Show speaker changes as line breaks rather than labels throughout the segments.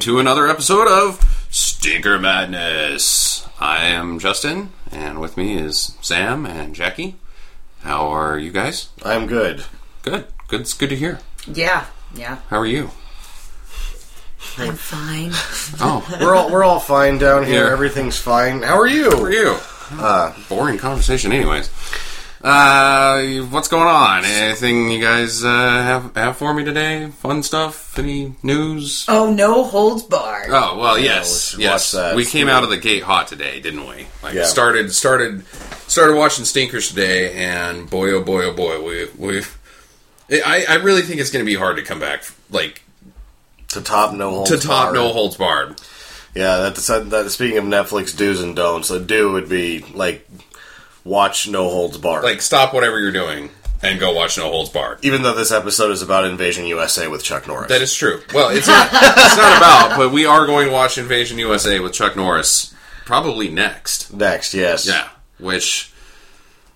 to another episode of Stinker Madness. I am Justin, and with me is Sam and Jackie. How are you guys?
I'm good.
Good. Good. It's good to hear.
Yeah, yeah.
How are you?
I'm fine.
Oh,
We're all we're all fine down here.
Yeah.
Everything's fine. How are you?
how are you?
Uh.
Boring conversation, anyways. Uh, what's going on? Anything you guys uh, have have for me today? Fun stuff? Any news?
Oh, no holds barred.
Uh,
Oh well,
we
yes,
should
yes.
watch that.
We came out of the gate hot today, didn't we? Like
Yeah.
started, started, started watching Stinkers today, and boy, oh boy, oh boy, we we. I I really think it's going to be hard to come back like
To top no holds.
to top
barred.
no holds barred.
Yeah, that's that. Speaking of Netflix do's and don'ts, a do would be like watch no holds barred.
Like stop whatever you're doing and go watch no holds barred.
even though this episode is about Invasion USA with Chuck Norris.
That is true. Well, it's not it's not about, but we are going to watch Invasion USA with Chuck Norris probably next.
next. Yes.
Yeah, which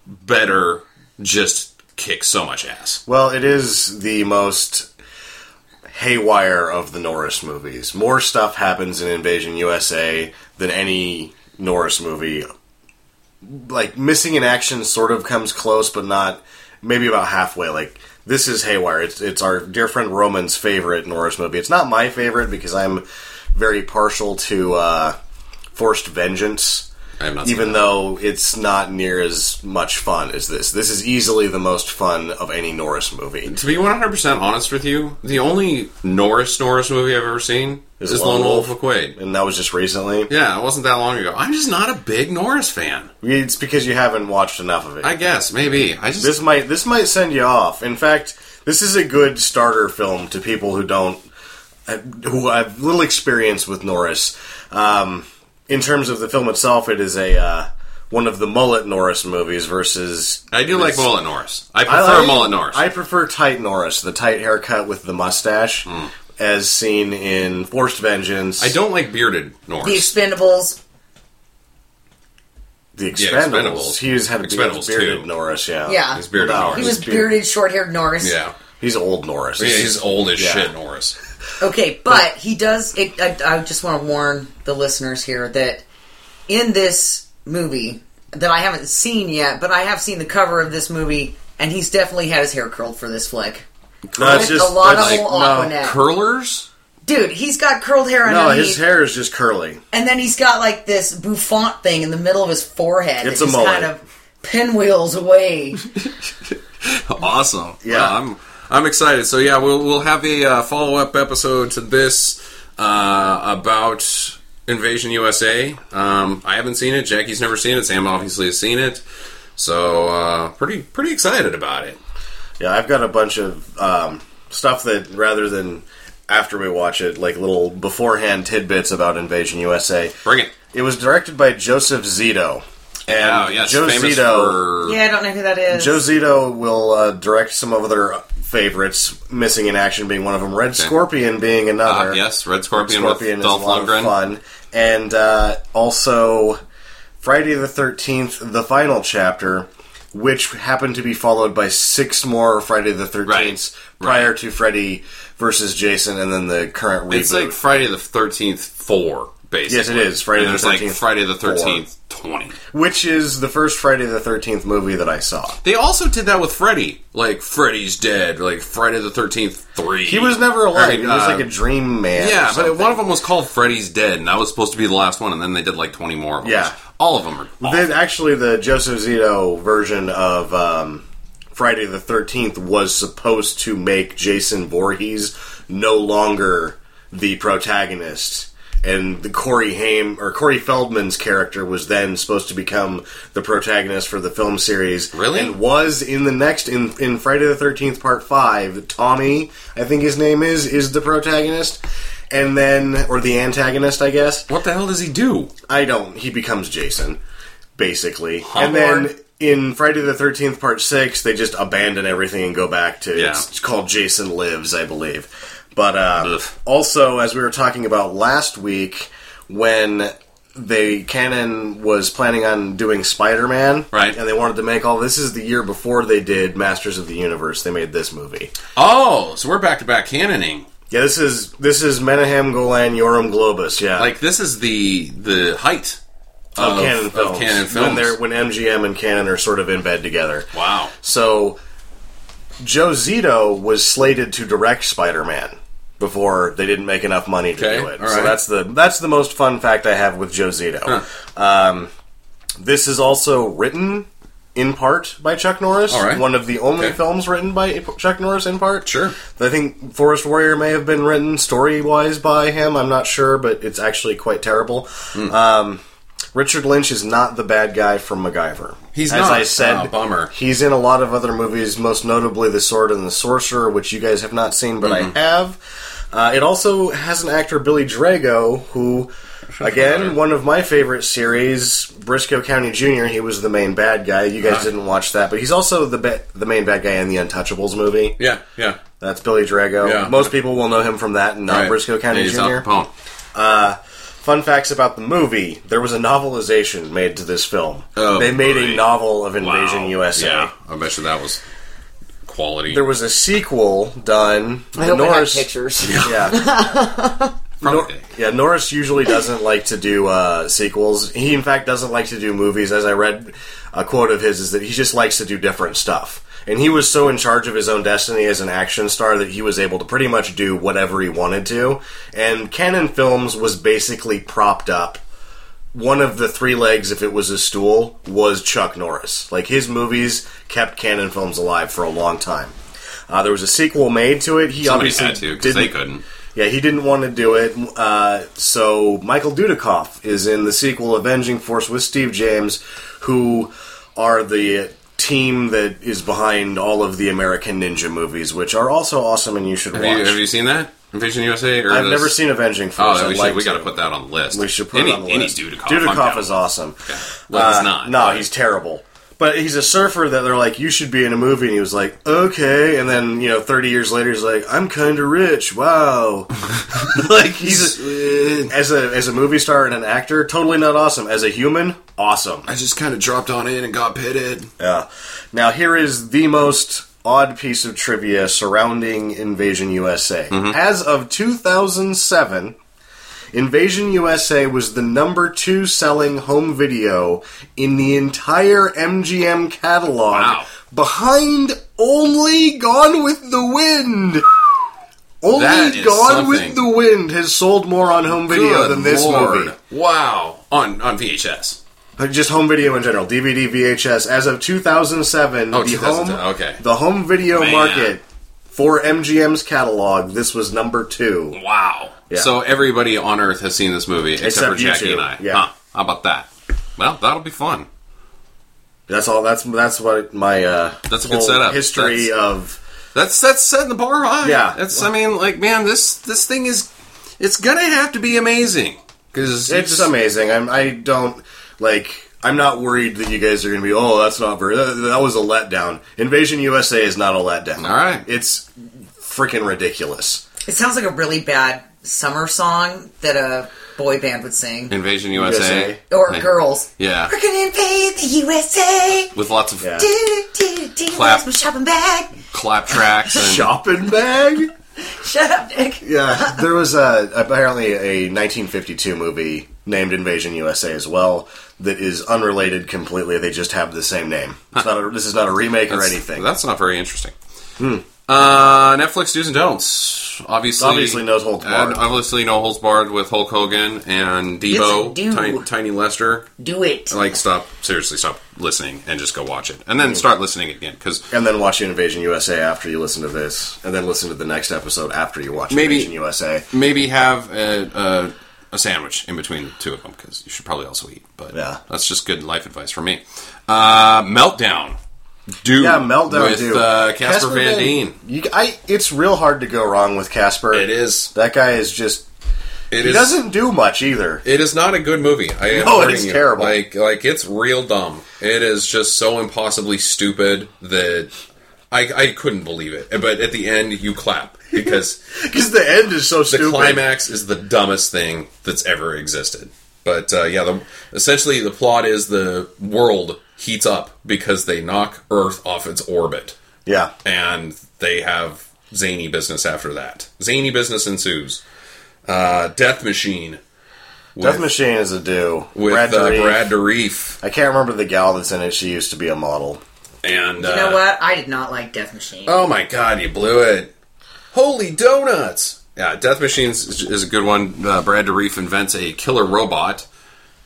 better just kick so much ass.
Well, it is the most haywire of the Norris movies. More stuff happens in Invasion USA than any Norris movie. Like missing in action sort of comes close, but not maybe about halfway. Like this is haywire. It's it's our dear friend Roman's favorite Norris movie. It's not my favorite because I'm very partial to uh, Forced Vengeance
I have not seen
even though it's not near as much fun as this. This is easily the most fun of any Norris movie.
To be 100% honest with you, the only Norris Norris movie I've ever seen is,
Is
Lone
Lone
Wolf
Wolf?
McQuaid.
And that was just recently.
Yeah, it wasn't that long ago. I'm just not a big Norris fan.
It's because you haven't watched enough of it.
I guess, maybe. I just.
this might this might send you off. In fact, this is a good starter film to people who don't who have little experience with Norris. Um, in terms of the film itself, it is a uh, one of the mullet Norris movies versus
I do like Mullet Norris. I
I
prefer
like-
Mullet Norris.
I prefer tight Norris, the tight haircut with the mustache, as seen in Forced Vengeance.
Hmm. I don't like bearded
The
Norris.
Expendables.
The
Yeah,
Expendables.
Expendables.
He was had a
Expendables
bearded, bearded
too.
Norris. Yeah,
Yeah.
He's bearded
No,
Norris.
He was
Beard-
bearded, short haired Norris.
yeah.
He's old Norris.
yeah. He's old as
Yeah.
shit Norris.
Okay, but he does. It, I, I just want to warn the listeners here that in this movie that I haven't seen yet, but I have seen the cover of this movie, and he's definitely had his hair curled for this flick.
That's
With
just
a lot
that's
of old
like- no,
Aquanet.
Curlers?
Dude, he's got curled hair
no,
underneath,
his hair is just curly.
and then he's got like this bouffant thing in the middle of his forehead.
It's a
that just
mullet.
kind of pinwheels away.
Awesome.
Yeah.
Well, I'm I'm excited. So yeah, we'll we'll have a uh, follow up episode to this uh, about Invasion USA. Um, I haven't seen it. Jackie's never seen it. Sam obviously has seen it. So uh, pretty pretty excited about it.
Yeah, I've got a bunch of um, stuff that rather than after we watch it, like little beforehand tidbits about Invasion USA.
Bring it.
It was directed by Joseph Zito,
Oh
and
yes,
Joe
famous
Zito.
for
yeah, I don't know who that is.
Joe Zito will uh, direct some of their favorites, Missing in Action being one of them, Red Scorpion being another.
uh, yes, Red Scorpion,
Scorpion
with
is a
Dolph
lot
Lundgren.
of fun. And uh, also Friday the 13th, the final chapter, which happened to be followed by six more Friday the 13th
Right.
prior to Freddy versus Jason and then the current reboot.
It's like Friday the Thirteenth Four. Basically.
Yes, it is. Friday
And
the
there's like
13th
Friday the
four.
Thirteenth Twenty.
which is the first Friday the 13th movie that I saw.
They also did that with Freddy. Like Freddy's dead. Like Friday the Thirteenth Three.
He was never alive.
Or,
he was
uh,
like a dream man. or
yeah, but
something.
one of them was called Freddy's Dead, and that was supposed to be the last one. And then they did like twenty more. Of them.
Yeah.
all of them are. awful.
Then actually, the Joseph Zito version of um, Friday the Thirteenth was supposed to make Jason Voorhees no longer the protagonist, and the Corey Haim or Corey Feldman's character was then supposed to become the protagonist for the film series.
Really?
and was in the next in in Friday the Thirteenth Part Five. Tommy, I think his name is, is the protagonist. And then, or the antagonist, I guess.
what the hell does he do?
I don't. He becomes Jason, basically.
Lord.
and then in Friday the Thirteenth Part Six, they just abandon everything and go back to
Yeah.
it's called Jason Lives, I believe. But uh,
Ugh.
also, as we were talking about last week, when they Canon was planning on doing Spider Man,
Right.
And they wanted to make all this is the year before they did Masters of the Universe. They made this movie.
Oh, so we're back to back canoning.
Yeah, this is this is Menahem Golan Yoram Globus. Yeah,
Like this is the the height of,
of canon
of
films.
canon
When
films.
they're when MGM and canon are sort of in bed together.
wow.
So Joe Zito was slated to direct Spider-Man before they didn't make enough money to
Okay,
do it.
all
So
right.
that's the that's the most fun fact I have with Joe Zito. Um, this is also written in part by Chuck Norris.
All right.
One of the only
Okay.
films written by Chuck Norris in part.
Sure.
I think Forest Warrior may have been written story wise by him. I'm not sure, but it's actually quite terrible.
Hmm.
Um, Richard Lynch is not the bad guy from MacGyver.
He's
As
not.
I said,
Oh, bummer.
He's in a lot of other movies, most notably The Sword and the Sorcerer, which you guys have not seen, but
Mm-hmm.
I have. Uh, it also has an actor, Billy Drago, who, again, one of my favorite series, Briscoe County Jr., he was the main bad guy. You guys didn't watch that, but he's also the ba- the main bad guy in the Untouchables movie.
Yeah, yeah.
That's Billy Drago.
Yeah.
Most people will know him from that and not
Right.
Briscoe County
Yeah, he's Al
Jr.
Capone.
Fun facts about the movie: there was a novelization made to this film.
Oh,
they made a
great.
novel of Invasion
Wow.
USA.
Yeah, I bet you that was quality.
There was a sequel done.
I hope I have pictures.
Yeah,
Probably.
yeah. Norris usually doesn't like to do uh, sequels. He, in fact, doesn't like to do movies. As I read a quote of his, is that he just likes to do different stuff. And he was so in charge of his own destiny as an action star that he was able to pretty much do whatever he wanted to. And Canon Films was basically propped up. One of the three legs, if it was a stool, was Chuck Norris. Like his movies kept Canon Films alive for a long time. Uh, there was a sequel made to it. He
Somebody
obviously
had to because
didn't-
they couldn't.
yeah, he didn't want to do it. Uh, so Michael Dudikoff is in the sequel Avenging Force with Steve James, who are the team that is behind all of the American Ninja movies, which are also awesome and you should
Have
watch.
you, have you seen that? Vision USA? Or
I've
this-
never seen Avenging
Oh,
Force. I'd
we,
like
should, we
to.
got to put that on the list.
We should put
any,
it on the
any
list.
Dudikoff.
Dudikoff
I'm
is
down.
awesome.
Well, he's
Uh,
not.
No,
but-
he's terrible. But he's a surfer that they're like, you should be in a movie, and he was like, okay. And then you know, thirty years later, he's like, I'm kind of rich. Wow. like he's as a as a movie star and an actor, totally not awesome. As a human, awesome.
I just kind of dropped on in and got pitted.
Yeah. Now here is the most odd piece of trivia surrounding Invasion USA.
Mm-hmm.
As of 2007, Invasion USA was the number 2 selling home video in the entire MGM catalog
Wow.
behind only Gone with the Wind. Only
That is
Gone with
something.
the Wind has sold more on home video
Good
than this
Lord.
movie.
Wow. On on VHS.
Like, just home video in general, DVD, VHS. As of 2007,
Oh,
the
2007,
home
okay.
the home video
Man.
market for MGM's catalog, this was number two.
Wow. So everybody on Earth has seen this movie except,
Except
for Jackie
you two.
and I.
Yeah.
Huh. How about that? Well, that'll be fun.
That's all. That's that's what my uh,
That's a good
whole
setup.
History
That's-
of
That's that's setting the bar high.
Yeah.
That's I mean, like, man, this this thing is it's gonna have to be amazing because
it's amazing. I'm, I don't like. I'm not worried that you guys are going to be. Oh, that's not very. That, that was a letdown. Invasion USA is not a letdown.
All right.
it's freaking ridiculous.
It sounds like a really bad summer song that a boy band would sing.
Invasion USA,
USA.
Or
Hey.
girls.
Yeah,
We're gonna invade the USA.
with lots of
Yeah.
Do, do, do,
Clap.
where's my shopping bag?
clap tracks and
Shopping bag.
Shut up, Nick.
Yeah, there was a, apparently a 1952 movie named Invasion USA as well that is unrelated completely. They just have the same name. It's not a, this is not a remake or
that's,
anything. Hmm.
That's not very interesting. Uh, Netflix do's and don'ts. Obviously,
Obviously no holds barred.
And obviously, no holds barred with Hulk Hogan and Debo,
Yes, I do.
Ti- Tiny Lester.
Do it.
Like, stop. Seriously, stop listening and just go watch it, and
Hmm.
then start listening again because
and then watch Invasion USA after you listen to this, and then listen to the next episode after you watch
Maybe-
Invasion USA.
maybe have a, a, a sandwich in between the two of them because you should probably also eat. But
Yeah.
that's just good life advice for me. Uh, meltdown. Dude,
Yeah, Meltdown
with
dude.
Uh, Casper Van Dien.
You, I, it's real hard to go wrong with Casper.
It is.
That guy is just.
It
He
is-
doesn't do much either.
It is not a good movie. I am
No,
warning
it's
you.
terrible.
Like, like it's real dumb. It is just so impossibly stupid that I, I couldn't believe it. But at the end, you clap because
Because the end is so
the
stupid.
climax is the dumbest thing that's ever existed. But uh, yeah, the, essentially the plot is the world heats up because they knock Earth off its orbit,
Yeah.
and they have zany business after that. Zany business ensues. Uh, Death Machine
Death Machine is a do.
with Brad, uh,
Dourif.
Brad Dourif,
I can't remember the gal that's in it. She used to be a model.
and
You
uh,
know what? I did not like Death Machine.
Oh my god, you blew it! Holy donuts! Yeah, Death Machines is a good one. Uh, Brad Dourif invents a killer robot,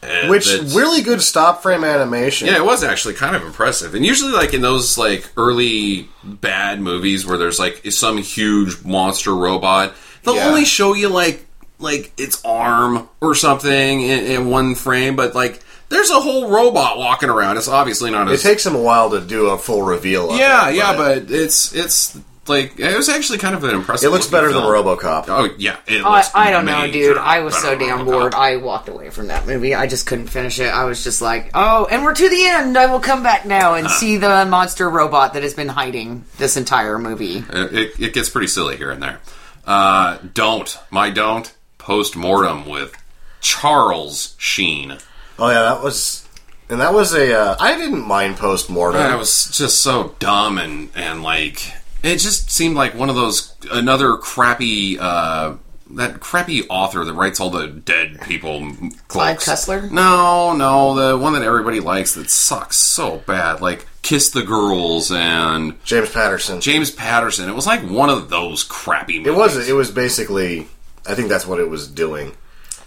and
Which
it's-
really good stop frame animation.
Yeah, it was actually kind of impressive. And usually, like in those like early bad movies where there's like some huge monster robot, they'll
Yeah.
only show you like like its arm or something in, in one frame, but like there's a whole robot walking around. It's obviously not
It
as
takes him a while to do a full reveal. Of
yeah,
it,
yeah, but it's it's like it was actually kind of an impressive.
it looks
looking
better than
film.
RoboCop.
Oh yeah, it
I,
looks
I don't know,
made
dude.
for-
I was
better
so
than
damn
RoboCop.
bored. I walked away from that movie. I just couldn't finish it. I was just like, oh, and we're to the end. I will come back now and see the monster robot that has been hiding this entire movie.
Uh, It, it gets pretty silly here and there. Uh, don't my don't post mortem with Charles Sheen.
Oh yeah, that was, and that was a. Uh, I didn't mind post mortem.
That was just so dumb and and like it just seemed like one of those another crappy uh, that crappy author that writes all the dead people. m-
Clive
books.
Cussler?
No, no, the one that everybody likes that sucks so bad, like Kiss the Girls and
James Patterson.
James Patterson. It was like one of those crappy. Movies.
it was. It was basically. I think that's what it was doing.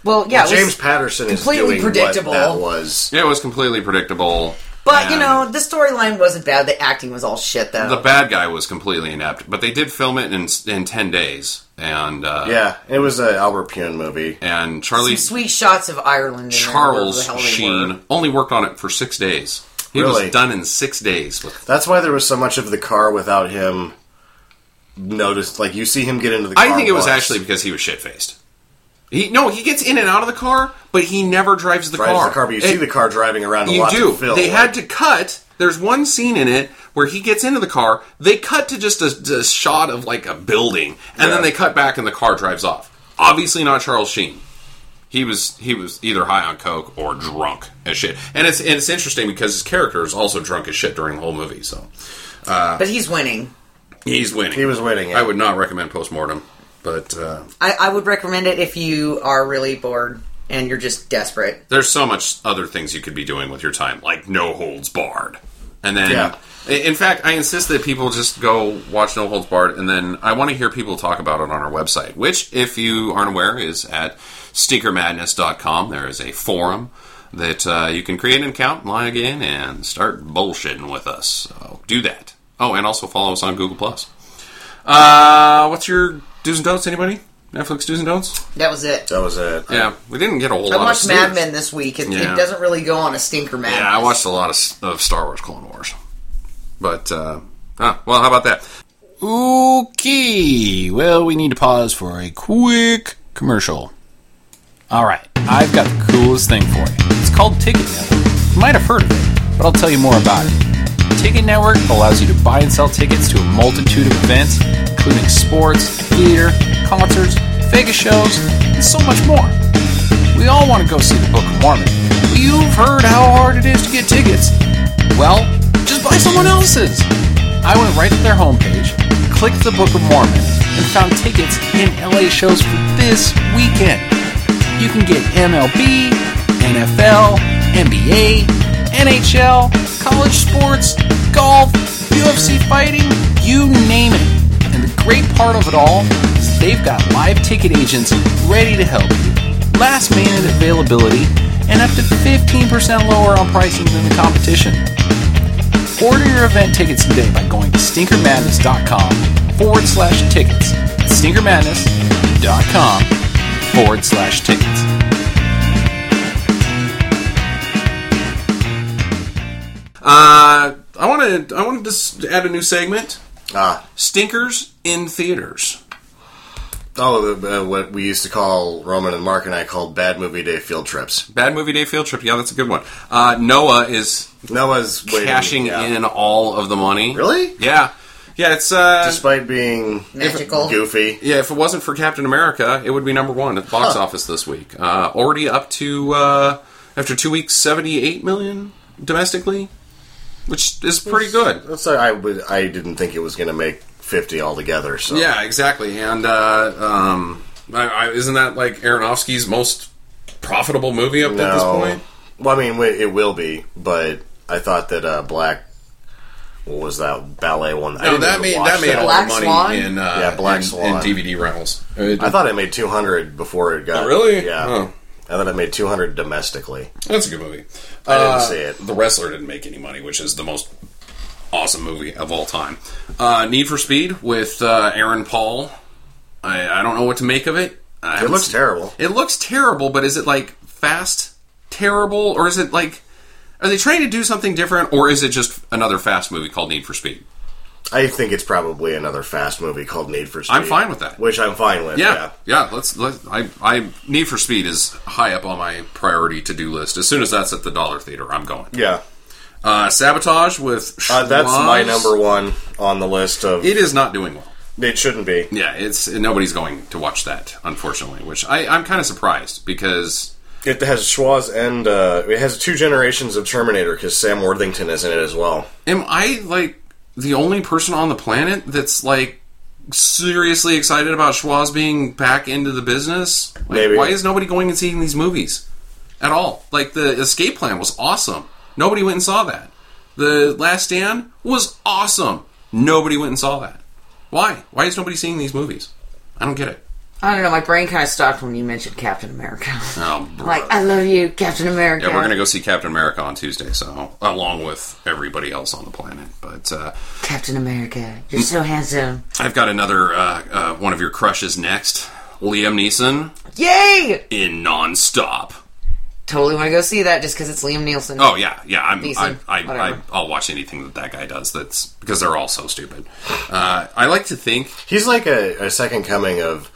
Well, yeah, it was-
James Patterson is
completely
doing what
predictable.
that was.
It was completely predictable.
But you
and-
know, the storyline wasn't bad. The acting was all shit, though.
the bad guy was completely inept, but they did film it in in ten days, and uh,
Yeah, it was a Albert Pune movie.
and Charlie
Sweet shots of Ireland. in there,
Charles
whatever the hell they were.
Sheen only worked on it for six days. He
Really?
was done in six days. With,
That's why there was so much of the car without him. Noticed, like you see him get into the. car
I think it was
once.
actually because he was shit faced. He no, he gets in and out of the car, but he never drives the
drives
car.
the car, but you
It-
see the car driving around a
You
lot
do.
to film.
they had to cut. There's one scene in it where he gets into the car. They cut to just a, a shot of like a building, and
Yeah.
then they cut back, and the car drives off. Obviously, not Charles Sheen. He was he was either high on coke or drunk as shit. And it's and it's interesting because his character is also drunk as shit during the whole movie. So
But he's winning.
he's winning.
He was winning.
I would not recommend postmortem, but uh,
I, I would recommend it if you are really bored and you're just desperate.
there's so much other things you could be doing with your time, like No Holds Barred. And then,
Yeah.
I- in fact, I insist that people just go watch No Holds Barred, and then I want to hear people talk about it on our website, which, if you aren't aware, is at stinkermadness.com. There is a forum that uh, you can create an account, log in, and start bullshitting with us. So do that. Oh, and also follow us on Google Plus. Uh, what's your do's and don'ts? Anybody? Netflix do's and don'ts?
That was it.
That was it.
Yeah, we didn't get a whole
I
lot.
watched
of
Mad
snooze.
Men this week. It,
Yeah.
it doesn't really go on a stinker, Mad.
Yeah, I watched a lot of, of Star Wars Clone Wars. But, uh, ah, well, how about that?
Okay, well, we need to pause for a quick commercial. All right, I've got the coolest thing for you. It's called Ticket Network. You might have heard of it, but I'll tell you more about it. Ticket Network allows you to buy and sell tickets to a multitude of events, including sports, theater, concerts, Vegas shows, and so much more. We all want to go see the Book of Mormon. But You've heard how hard it is to get tickets. Well, just buy someone else's. I went right to their homepage, clicked the Book of Mormon, and found tickets in LA shows for this weekend. You can get MLB, NFL, NBA, NHL, college sports, golf, UFC fighting, you name it. And the great part of it all is they've got live ticket agents ready to help you last minute availability, and up to 15% lower on pricing than the competition. Order your event tickets today by going to stinkermadness.com forward slash tickets. That's Stinkermadness.com forward slash tickets.
Uh, I want to I wanted to s- add a new segment:
Ah,
stinkers in theaters.
oh, the- uh, what we used to call Roman and Mark and I called bad movie day field trips.
Bad movie day field trip. Yeah, that's a good one. Uh, Noah is
Noah's waiting,
cashing
yeah.
in all of the money.
Really?
Yeah, yeah. It's uh,
Despite being
Magical.
goofy.
yeah. If it wasn't for Captain America, it would be number one at the box office this week. Uh, already up to uh, after two weeks, seventy-eight million domestically, which is pretty good.
That's I would. I didn't think it was going to make fifty altogether. So
Yeah, exactly. And uh, um, I, I, isn't that like Aronofsky's most profitable movie up at this
No.
point?
Well, I mean, wi- it will be, but I thought that uh, Black. What was that ballet one? I
No,
didn't
that
even
made
watch
that made all
Black
the money
Swan?
in uh,
Yeah, Black
in- in,
Swan.
DVD rentals.
I thought it made two hundred before it got.
really?
Yeah.
Oh,
I thought it made two hundred domestically.
that's a good movie.
I didn't
Uh,
see it.
The Wrestler didn't make any money, which is the most awesome movie of all time. Uh, Need for Speed with uh, Aaron Paul. I, I don't know what to make of it. I
It
haven't
looks
seen-
terrible.
It looks terrible, but is it like fast terrible, or is it like are they trying to do something different, or is it just another fast movie called Need for Speed?
I think it's probably another fast movie called Need for Speed.
I'm fine with that.
Which I'm fine with. Yeah.
Yeah, yeah. let's let I I Need for Speed is high up on my priority to do list. As soon as that's at the Dollar Theater, I'm going.
Yeah.
Uh, Sabotage with
Uh, that's my
Schwaz.
number one on the list of.
It is not doing well.
It shouldn't be.
Yeah, it's nobody's going to watch that, unfortunately. Which I I'm kind of surprised because
It has Schwaz and uh, it has two generations of Terminator because Sam Worthington is in it as well.
Am I like the only person on the planet that's like seriously excited about Schwaz being back into the business? Like,
Maybe.
Why is nobody going and seeing these movies at all? Like the Escape Plan was awesome. Nobody went and saw that. The Last Stand was awesome. Nobody went and saw that. Why? Why is nobody seeing these movies? I don't get it.
I don't know. My brain kind of stopped when you mentioned Captain America.
Oh, brother.
like, I love you, Captain America.
Yeah, we're gonna go see Captain America on Tuesday, so along with everybody else on the planet. But uh,
Captain America, you're so handsome.
I've got another uh, uh, one of your crushes next. Liam Neeson
Yay!
in Nonstop.
Totally want to go see that just because it's Liam Nielsen.
Oh yeah, yeah. I'm, I,
Neeson,
I, I,
whatever.
I'll watch anything that that guy does. That's because they're all so stupid. Uh, I like to think.
He's like a, a second coming of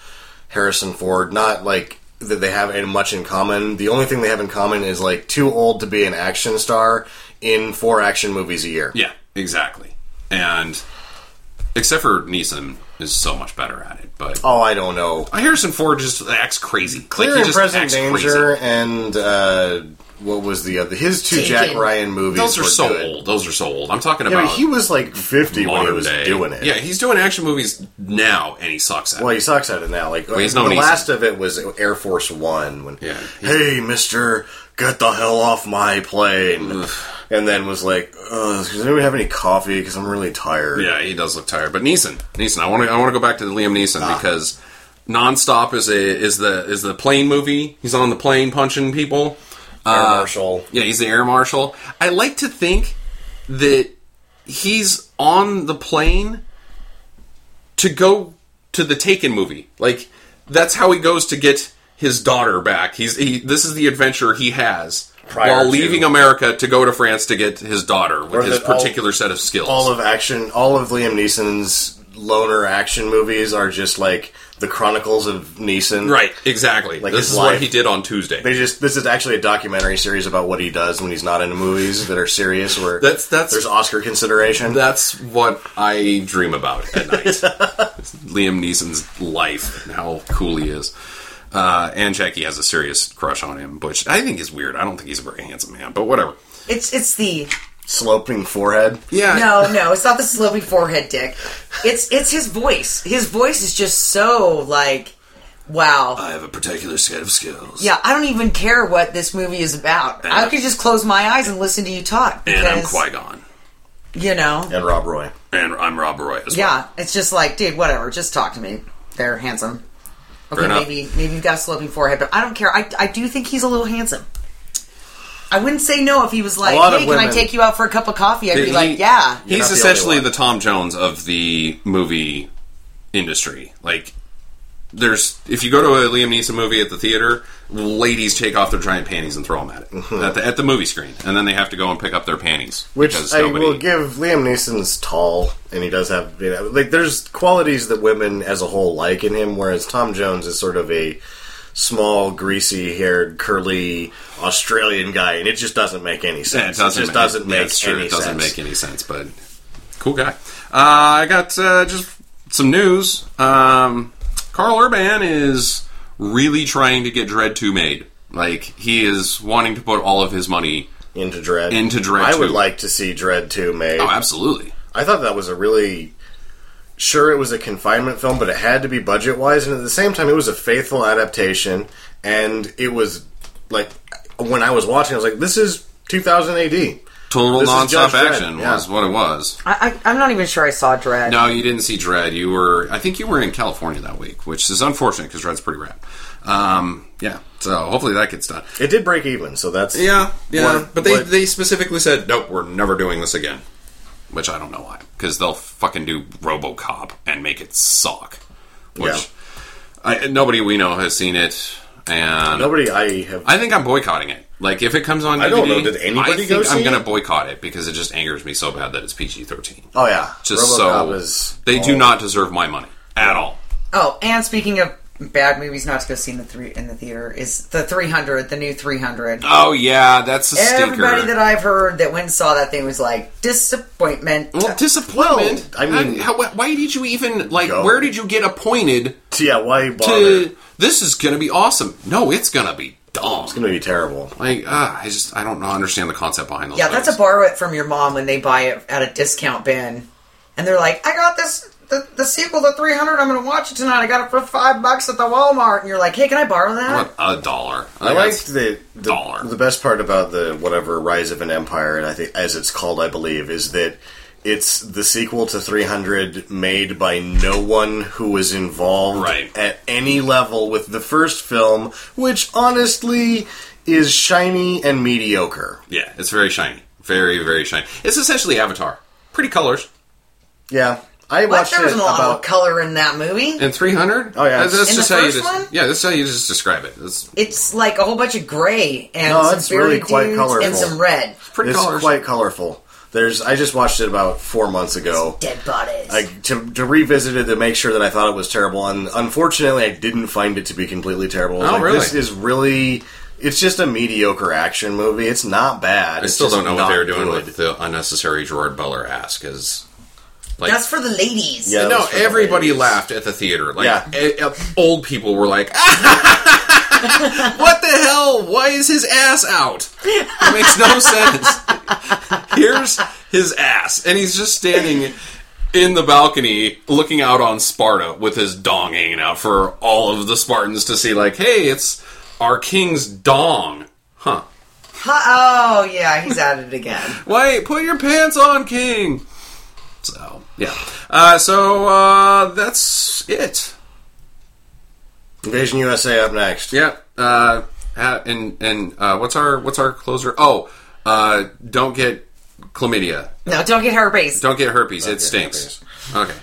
Harrison Ford. Not like that they have in- much in common. The only thing they have in common is like too old to be an action star in four action movies a year.
Yeah, exactly. And except for Neeson is so much better at it. But
Oh, I don't know.
Harrison Ford just acts crazy.
Clear
like, he
and
just
Present
acts
Danger
Crazy.
and uh, what was the other? His two
Taken.
Jack Ryan movies.
Those are
were
so
good.
old. Those are so old. I'm talking
Yeah,
about.
but he was like fifty when he
modern
was
day.
doing it.
Yeah, he's doing action movies now, and he sucks at it.
Well, he sucks at it now. Like
he's
the
no Neeson.
last of it was Air Force One. When
Yeah,
hey, Mister, get the hell off my plane, and then was like, Ugh, does anyone have any coffee? Because I'm really tired.
Yeah, he does look tired. But Neeson, Neeson, I want to I want to go back to Liam Neeson
Ah.
because Nonstop is a is the is the plane movie. He's on the plane punching people.
Air
Uh,
Marshal.
Yeah, he's the air marshal. I like to think that he's on the plane to go to the Taken movie. Like that's how he goes to get his daughter back. He's he, this is the adventure he has
Prior
while
to-
leaving America to go to France to get his daughter with his
that all-
particular set of skills.
All of action. All of Liam Neeson's loner action movies are just like the Chronicles of Neeson.
Right, exactly. this
his
is
life.
what he did on Tuesday.
They just this is actually a documentary series about what he does when he's not in movies that are serious. Where
That's- that's-
there's Oscar consideration.
That's what I dream about at night. Liam Neeson's life and how cool he is. Uh, and Jackie has a serious crush on him, which I think is weird. I don't think he's a very handsome man, but whatever.
It's it's the
sloping forehead.
Yeah.
no no. It's not the sloping forehead, Dick. It's it's his voice. His voice is just so like wow.
I have a particular set of skills.
yeah, I don't even care what this movie is about. I could just close my eyes and listen to you talk.
And I'm
because,
Qui Gon.
You know.
and Rob Roy.
And I'm Rob Roy as well.
Yeah, it's just like, dude, whatever. Just talk to me. They're handsome. Okay,
enough.
maybe maybe you've got a sloping forehead, but I don't care. I, I do think he's a little handsome. I wouldn't say no if he was like,
A lot of
hey, can I
women-
take you out for a cup of coffee? I'd be
He-
like, yeah.
not
He's
the
essentially
only
the Tom
one.
Jones of the movie industry. Like, there's if you go to a Liam Neeson movie at the theater, ladies take off their giant panties and throw them at it at, the, at the movie screen, and then they have to go and pick up their panties.
Mm-hmm. Which
because
I
nobody-
will give Liam Neeson's tall, and he does have you know like there's qualities that women as a whole like in him, whereas Tom Jones is sort of a small, greasy haired, curly Australian guy, and it just doesn't make any sense.
Yeah, it doesn't
just
make,
doesn't
yeah,
make
it's true.
any
it doesn't
sense.
make any sense, but cool guy. Uh, I got uh, just some news. Um, Carl Urban is really trying to get Dread 2 made. Like he is wanting to put all of his money.
into Dread.
Into Dredd
I would
2.
like to see Dread two made.
Oh, absolutely.
I thought that was a really sure it was a confinement film, but it had to be budget wise, and at the same time, it was a faithful adaptation, and it was like when I was watching, I was like, "This is 2000 AD."
Total
This is
nonstop
Judge Dredd,
action
yeah.
was what it was.
I, I, I'm not even sure I saw Dread.
No, you didn't see Dread. You were, I think you were in California that week, which is unfortunate because Dread's pretty rad. Um, yeah, so hopefully that gets done.
It did break even, so that's
Yeah, yeah.
What-
but they,
what-
they specifically said, nope, we're never doing this again. Which I don't know why. Because they'll fucking do Robocop and make it suck. Which I, nobody we know has seen it. And
Nobody I have.
I think I'm boycotting it. Like, if it comes on DVD,
I don't know, did anybody
I think
go see
I'm going
it?
to boycott it because it just angers me so bad that it's PG 13.
oh yeah,
Just so.
RoboCop is-
they do
oh.
not deserve my money at all.
Oh, and speaking of bad movies not to go see in the three in the theater is the 300, the new 300.
Oh, yeah, that's a
Everybody
stinker.
that I've heard that went and saw that thing was like disappointment.
Well, disappointment.
Well, I mean-
how, why did you even like?
Go.
Where did you get appointed
Yeah, why bother?
to? This is gonna be awesome. No, it's gonna be dumb.
It's gonna be terrible.
Like, ah, I just I don't understand the concept behind those.
yeah, that's a
things.
borrow it from your mom when they buy it at a discount bin, and they're like, "I got this." The, the sequel to 300 i'm gonna watch it tonight i got it for five bucks at the walmart and you're like hey can i borrow that
What, a dollar.
I
that's-
liked the the,
dollar.
the best part about the whatever Rise of an Empire, and I think as it's called, I believe, is that it's the sequel to 300 made by no one who was involved
Right.
at any level with the first film, which honestly is shiny and mediocre.
Yeah, it's very shiny, very very shiny. It's essentially Avatar, pretty colors.
Yeah, I
but
watched
there
it
was a lot
about
of color in that movie
And three hundred.
Oh, yeah.
that's, that's
In
Uh, just
the
how you
first
just
one?
yeah, that's how you just describe it. It's
it's like a whole bunch of gray and
No,
some
it's really
very
quite colorful.
and some red
pretty
it's
colors.
quite colorful. There's I just watched it about four months ago.
dead bodies
I, to, to revisit it to make sure that I thought it was terrible, and unfortunately, I didn't find it to be completely terrible. I was
Oh,
like,
really?
This is really. It's just a mediocre action movie. It's not bad.
I
It's
still
just
don't know what they
not
were doing
good.
with the unnecessary Gerard Butler ass because
that's for the ladies
Yeah.
no,
was for the
everybody
ladies.
laughed at the theater. Like
Yeah.
eh, eh, old people were like, "What the hell? Why is his ass out? It makes no sense." Here's his ass, and he's just standing in the balcony looking out on Sparta with his dong hanging out for all of the Spartans to see. Like, hey, it's our king's dong, huh?
Huh, oh yeah he's at it again
Wait, put your pants on, King. So yeah, uh, so uh, that's it.
Invasion USA up next.
Yeah. Uh, ha- and and uh, what's our what's our closer? Oh, uh, don't get chlamydia.
no don't get herpes
Don't get herpes. it stinks. Okay.